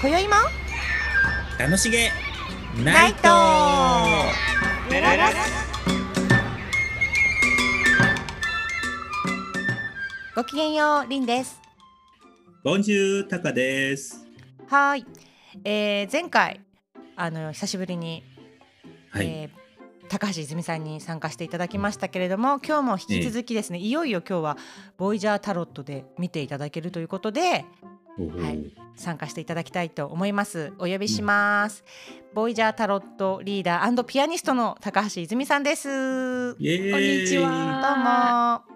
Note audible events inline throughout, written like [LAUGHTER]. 今宵も楽しげナナイイトトごきげんようりんですボンジュータカですはーい、えー、前回あの久しぶりに、はい、えー高橋泉さんに参加していただきましたけれども今日も引き続きですね、いよいよ今日はボイジャータロットで見ていただけるということでおーはい参加していただきたいと思いますお呼びします、ボイジャータロットリーダーピアニストの高橋泉さんですどうイエーイこんにちはも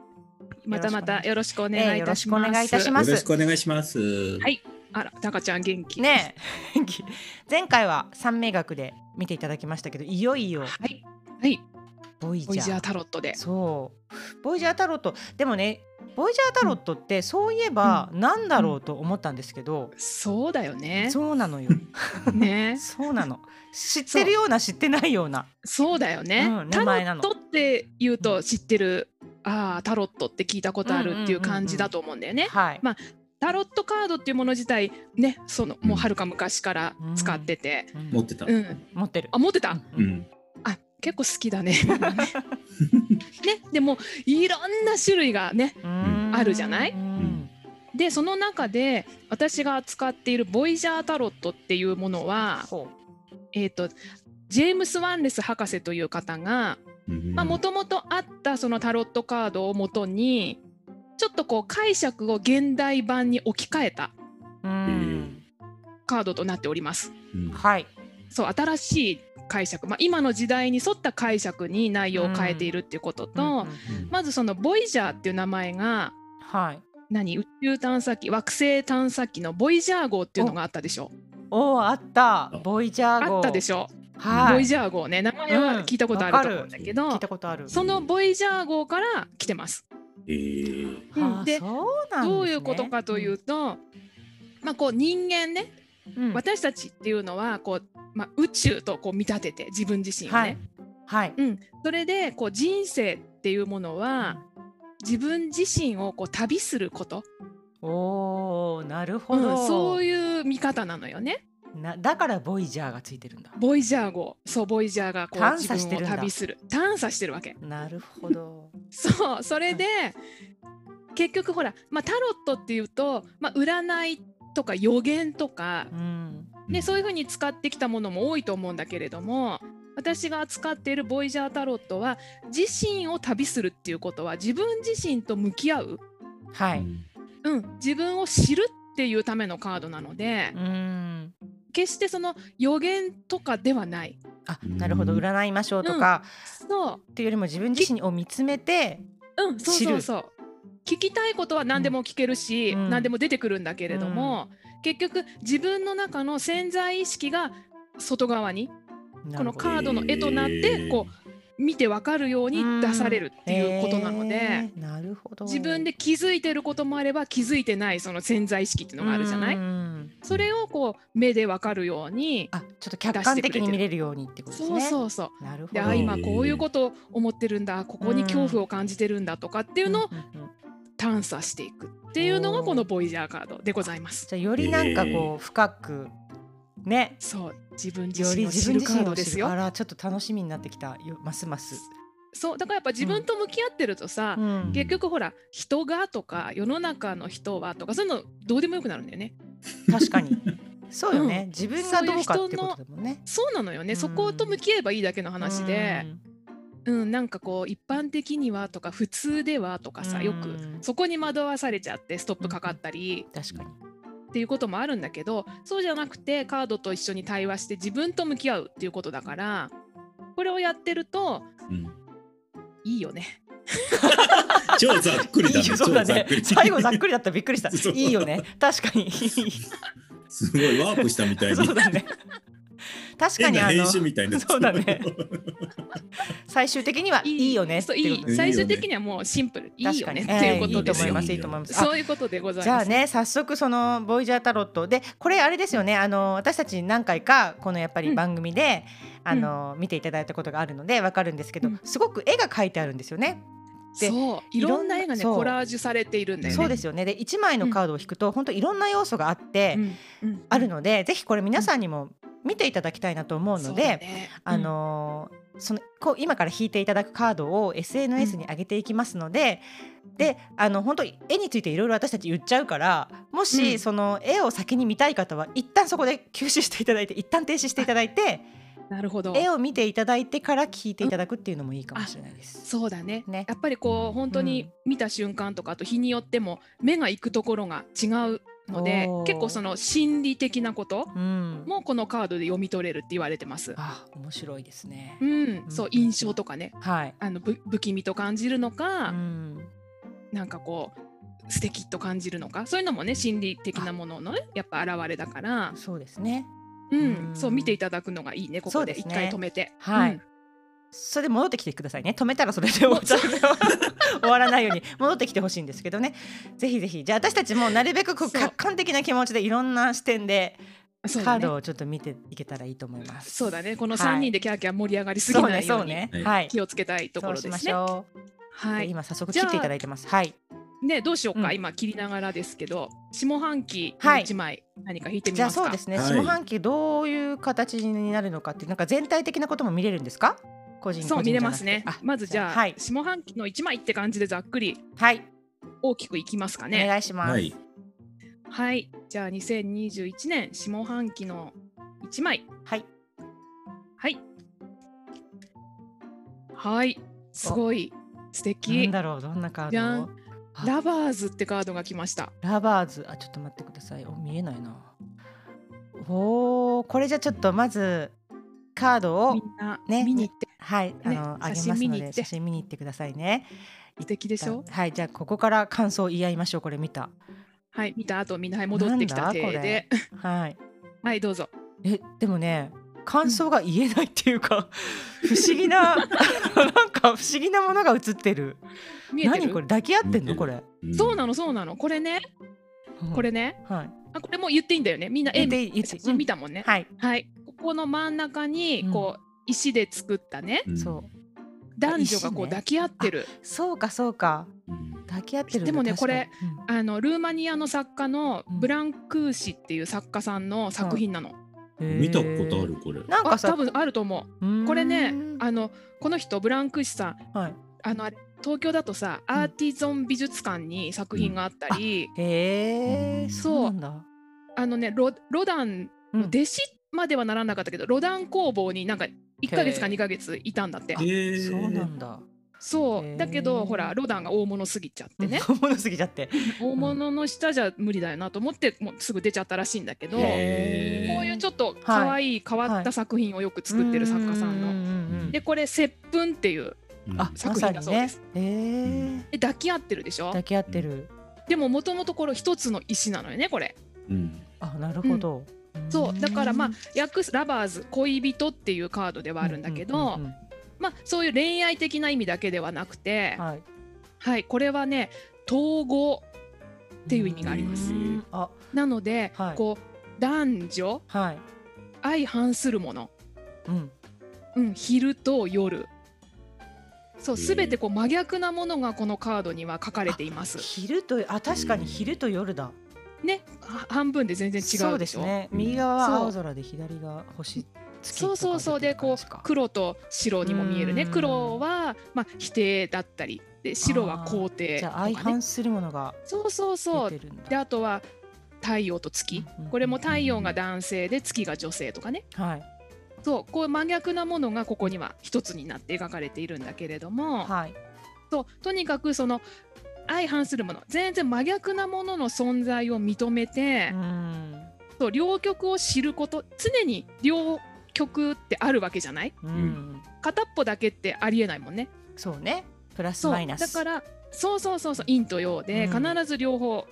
またまたよろしくお願いいたしえます。えよろしくお願いいたしまよすろしくお願いしますはいあら、たかちゃん元気。。ねえ [LAUGHS] 前回は三名学で見ていただきましたけどいよいよはい。はい。ボイジボイジャャーータロットで。そうボイジャータロットでもねボイジャータロットってそういえばなんだろうと思ったんですけど、そうだよね。そうなのよね。そうな [LAUGHS] の知ってるような知ってないようなそうだよね。うん名タロ前なのットって言ううとん知ってる。ああ、タロットって聞いたことあるっていう感じだと思うんだよね。はい、まタロットカードっていうもの自体ね、そのもうはるか昔からうん使ってて、うん持ってたうん、持ってるあ持ってた。ううんんあ、結構好きだね。 [LAUGHS] ね、でもいろんな種類がね、うんあるじゃないうんでその中で私が使っているボイジャータロットっていうものは、ほえー、とジェームス・ワンレス博士という方がうんもともとあったそのタロットカードをもとにちょっとこう解釈を現代版に置き換えたううんカードとなっております。うんはいそう新しい解釈、まあ、今の時代に沿った解釈に内容を変えているっていうことと、うんうんうんまずそのボイジャーっていう名前がはい何宇宙探査機惑星探査機のボイジャー号っていうのがあったでしょおーあったボイジャー号あったでしょはいボイジャー号ね名前は聞いたことあると思うんだけど、聞いたことあるそのボイジャー号から来てます。えーうんあでそうなんですねどういうことかというと、まあこう人間ね、うん私たちっていうのはこう、まあ、宇宙とこう見立てて自分自身をね、はいはいうん、それでこう人生っていうものは自分自身をこう旅すること、おーなるほうど、ん、そういいう見方なのよね。うなだからボイジャーがついてるんだボイジャー号そうボイジャーがこう探自査して分るんをだ旅する探査してるわけ。なるほどそうそれで結局ほら、まあ、タロットっていうと、まあ、占いとか予言とかう、んね、そういうふうに使ってきたものも多いと思うんだけれども私が扱っているボイジャータロットは自身を旅するっていうことは自分自身と向き合う、はういんうん、自分を知るっていうためのカードなのでうん決してその予言とかではない。あなるほどうん占いましょうとか、そうっていうよりも自分自身を見つめてうん、そう知そうるそう聞きたいことは何でも聞けるし、うん何でも出てくるんだけれども、結局自分の中の潜在意識が外側になこるのほどカードの絵となってこう見てわかるように出されるっていうことなので、えーなるほど自分で気づいてることもあれば気づいてないその潜在意識っていうのがあるじゃない、うんそれをこう目でわかるようにあちょっと客観的に見れるようにってことですそうねそうそううなるほでどあうん今こういうことを思ってるんだここに恐怖を感じてるんだとかっていうのをうんうんうん探査していくっていうのがこのボイジャーカードでございます。じゃあよりなんかこう深くね、そう自分自より身を自知分るカ自ー身ドをで知するかよ。らちょっと楽しみになってきたよますます。そうだからやっぱ自分と向き合ってるとさ、うん結局ほら人がとか世の中の人はとかそういうのどうでもよくなるんだよね。確かにそうよね、うん自分がどうかってことだもんね。そうなのよね、うんそこと向き合えばいいだけの話で、うん、なんかこう一般的にはとか普通ではとかさ、ようくんそこに惑わされちゃってストップかかったり。うん確かに。っていうこともあるんだけどそうじゃなくてカードと一緒に対話して自分と向き合うっていうことだからこれをやってるとうんいいよね。超ざっくりだいいねよ [LAUGHS] そうだ超ざっねくり。最後ざっくりだったらびっくりした。そういいよね。確かに。 [LAUGHS] すごいワープしたみたいに [LAUGHS] そうだね。確か変になあの編集みたいになってるそうだね最終的にはいいよねってそういういこといでね最終的にはもうシンプルいい確よかにねっていうこええいといとで思すいよ。ます。いいと思います。あそういうことでございます。じゃあね早速そのボイジャータロットでこれあれですよねあの私たち何回かこのやっぱりうん番組で、あの見ていただいたことがあるのでわかるんですけど、うんすごく絵が描いてあるんですよねでそういろんな絵がねそうコラージュされているんだよね。そうですよねで1枚のカードを引くと本当いろんな要素があって、うんうんあるのでぜひこれ皆さんにも見ていただきたいなと思うので、そうだねあのーそのこう今から引いていただくカードを SNS に上げていきますので、であの本当に絵についていろいろ私たち言っちゃうからもし、うんその絵を先に見たい方は一旦そこで休止していただいて一旦停止していただいてうんなるほど絵を見ていただいてから聞いていただくっていうのもいいかもしれないです。そうだねねやっぱりこう本当に見た瞬間とかあと日によっても目が行くところが違うのでおー結構その心理的なことうん、もこのカードで読み取れるって言われてます。あ面白いですね。うん、そう印象とかねはい、あのぶ不気味と感じるのか、うんなんかこう素敵と感じるのかそういうのもね心理的なもののねやっぱ現れだから、そうですね。うんうんそう見ていただくのがいいねこそこうでです一ね回止めて。はいうんそれで戻ってきてくださいね止めたらそれで終わっちゃう [LAUGHS] 終わらないように戻ってきてほしいんですけどねぜひぜひじゃあ私たちもなるべくこうそう客観的な気持ちでいろんな視点でそうカだーねドをちょっと見ていけたらいいと思います。そうだねこのはい3人でキャーキャー盛り上がりすぎそうなねいよそううにねはいはい気をつけたいところそうしでますしね。ょう、はでい今早速切っていただいてますはいね、どうしようか、うん今切りながらですけど下半期はい1枚何か引いてみじゃまあすか、そうですね、はい下半期どういう形になるのかってなんか全体的なことも見れるんですか個人そう個人じ見れゃなまくてすねあまずじゃあ、はい、下半期の1枚って感じでざっくりはい大きくいきますかおね願いします、 [LAUGHS] はい。はいじゃあ2021年下半期の1枚はいはいはいすごい素敵なんだろうどんなカじゃードんラバーズってカードが来ましたラバーズあちょっと待ってくださいお見えないなおーこれじゃちょっとまずカードみをんなね見に行ってはいあの、ねあげます写真見のに行でって写真見に行ってくださいね素敵でしょはいじゃあここから感想を言い合いましょうこれ見たはい見た後みんなはい戻ってきた手なんだこでれはいはいどうぞえでもね感想が言えないっていうか、 [LAUGHS] 不思議な [LAUGHS] なんか不思議なものが映ってる見えてる何これ抱き合ってんのこれ、そうなのそうなのこれねうんこれねはいあこれもう言っていいんだよねみんな言絵っていい言っていい写真見たもんね、はい、はいここの真ん中にうんこう、石で作ったねのそう男女がこう石ね抱き合ってる、そうかそうかうん。抱き合ってるんだでもね確かにこあのルーマニアの作家のうんブランクーシっていう作家さんの作品なの、うん見たことあるこれ。なんあか多さ、分あると思ううーんこれねあのこの人ブランクーシさんはい。あのあれ東京だとさんアーティゾン美術館に作品があったり、へうえ、んそうなんだ。あのねロロダンうのん弟子まではならなかったけど、ロダン工房になんか1ヶ月かへえ2ヶ月いたんだってあええ。そうなんだ。そへうーだけどほらロダンが大物すぎちゃってね、本物すぎちゃって。 [LAUGHS] 大物の下じゃ無理だよなと思ってもうすぐ出ちゃったらしいんだけど、へーこういうちょっと可愛い変わった作品をよく作ってる作家さんの。のでこれ「接吻」っていううんあ、作ま品さだにそうでねす。へうえ、で抱き合ってるでしょ抱き合ってる。でももともとこれ一つの石なのよねこれ。うん。あ、なるほど。そうだからまあうん訳す「ラバーズ恋人」っていうカードではあるんだけど、うんうんまあ、そういう恋愛的な意味だけではなくて、うんはい。っはい、これはね統合っていう意味があります。あ、なので、はいこう男女はい。相反するもの、うん。うん、昼と夜そうへえすべてこう真逆なものがこのカードには書かれています。昼とあ確かに昼と夜だ。ねは半分で全然違うでしょそうですね。うん右側はそう青空で左が星月そうそうそうでこう黒黒と白にも見えるねうん黒は、まあ、否定だったりで白は肯定じとゃあか、相ね、反するものがそうそうそ出うてるんだ。であとは太陽と月うんうんこれも太陽が男性で月が女性とかねはいそうこう真逆なものがここには一つになって描かれているんだけれどもはい。そうとにかくその相反するもの全然真逆なものの存在を認めてうんそう両極を知ること常に両極ってあるわけじゃないうん、片っぽだけってありえないもんね。そうねプラスそうマイナスだからそうそうそうそう陰と陽でうん必ず両方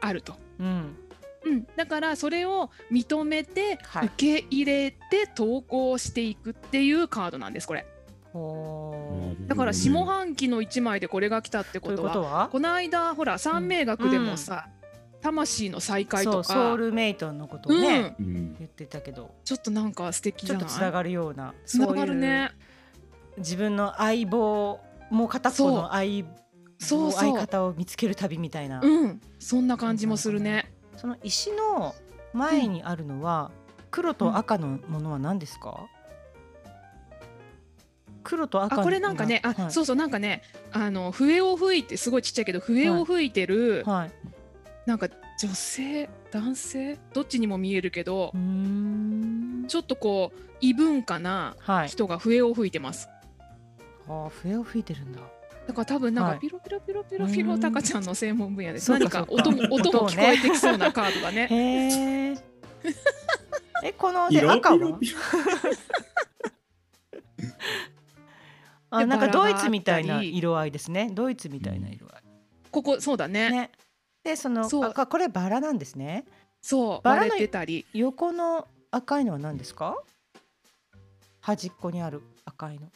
あると。うんうん、だからそれを認めてはい受け入れて投稿していくっていうカードなんですこれほーだから下半期の1枚でこれが来たってとこいうとこはとはこの間ほら三名学でもさ、魂の再会そとうソかウルメイトのことをうね、ん、うん。言ってたけどちょっとなんか素敵ちじょゃっなといつながるようなつながるねそういう自分の相棒もう片っぽの相そうそう相方を見つける旅みたいな、うんそんな感じもするねその石の前にあるのは、黒と赤のものは何ですか、黒と赤あこれなんかねあ、はい、そうそうなんかねあの笛を吹いてすごいちっちゃいけど笛を吹いてる、はい、なんか女性男性どっちにも見えるけどうーんちょっとこう異文化なはい人が笛を吹いてますあー笛を吹いてるんだだから多分なんはかいピロピロピロピロピうロんタカちゃんの専門分野ですそうか何かそうか音も音音をもね聞こえてきそうなカード [LAUGHS] がねへ [LAUGHS] ええこのピでロ赤はピロピロあなんかドイツみたいバラながあったり色合いですねドイツみたいな色合いここそうだねね。でそのそう赤これバラなんですね。そうバラ割のれてたり横の赤いのは何ですか？端っこにある赤いの。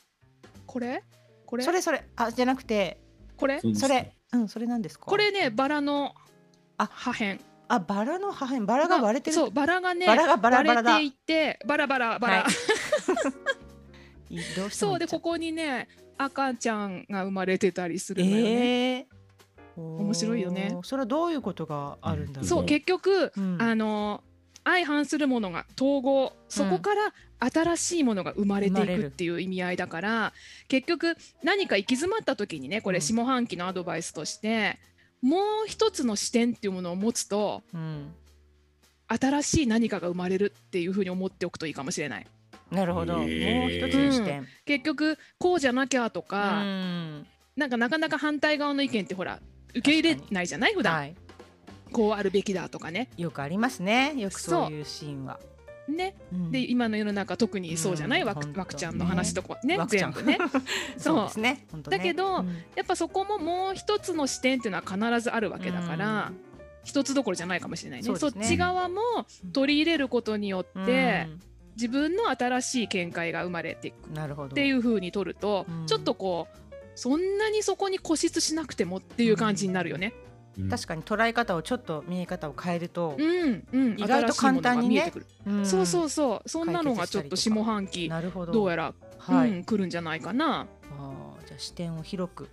これこれそれそれあじゃなくてこれそうですそれうんそれなんですか？これねバラのあ破片あバラの破片バラが割れてる。そうバラがねバラがバラバラ割れだ。ていてバラバラバラ、はい [LAUGHS] いどうしてもそう言でっちゃこっこにね赤ちゃんが生まれてたりすたるのよね、えー、面面白いよねそれはどういうことがあるんだろう。そう結局、うんあの相反するものが統合そこから新しいものが生まれてい生まれくるっていう意味合いだから結局何か行き詰まった時にねこうれん下半期のアドバイスとして、もう一つの視点っていうものを持つとうん新しい何かが生まれるっていうふうに思っておくといいかもしれない。なるほど、へーもう一つの視点。結局こうじゃなきゃとうか、ん、なんかなかなか反対側の意見ってほら受け入れないじゃない普段、はいこうあるべきだとかね。よくありますねよくそういうシーンは。ねうんで今の世の中特にそうじゃない、うんわく本当わくちゃんの話とかねわくちゃ全ん部ねそう [LAUGHS] そうですね。本当ねだけどうんやっぱそこももう一つの視点っていうのは必ずあるわけだから、うん一つどころじゃないかもしれないねそそうですねっち側も取り入れることによって、自分の新しい見解が生まれていくっうんなるほど。ていうふうに取ると、うんちょっとこうそんなにそこに固執しなくてもっていう感じになるよね。確かに捉え方をちょっと見え方を変えるとう、ん、うん、意外と簡単にね新しいものが見えてくる、んそうそうそうそんなのがちょっと下半う期なるほど。どうやら、はうい。ん、来るんじゃないかな。あーじゃあ視点を広く。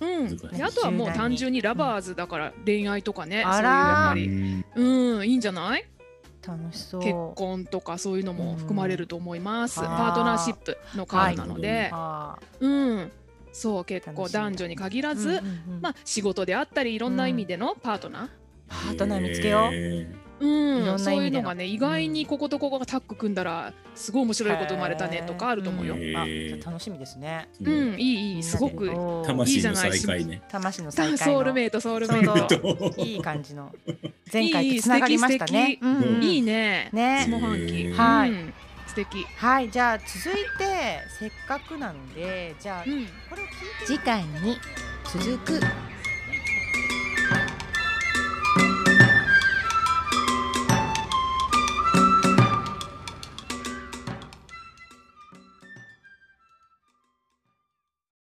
うん、難しいであとはもう単純にラバーズだから恋愛とかね、うんそういうやっぱり、にうん、いいんじゃない楽しそう。結婚とかそういうのも含まれると思います、うんパートナーシップのカードなので、あーうん、そう結構楽しみだ男女に限らず、うんうんうんまあ、仕事であったりいろんな意味でのパートナパートナー見つけよう。う。ー、うんいろんなそ意味でのういうのがね意外にこことここがタッグ組んだらすごい面白いこと生まれたねとかあると思うよ。へへうーーあじゃあ楽しみですね。ん、いいいいすごみんくなでおーいい魂じゃのない再会ね。魂の再会の [LAUGHS] ソウルメイトソウルメイそう [LAUGHS] そトう。いい感じの前い回いとつながりましたね素敵素敵。うんうんいいね。ね下半へ期。ーはいうん素敵。はいじゃあ続いてせっかくなのでじゃあうん。次回に続く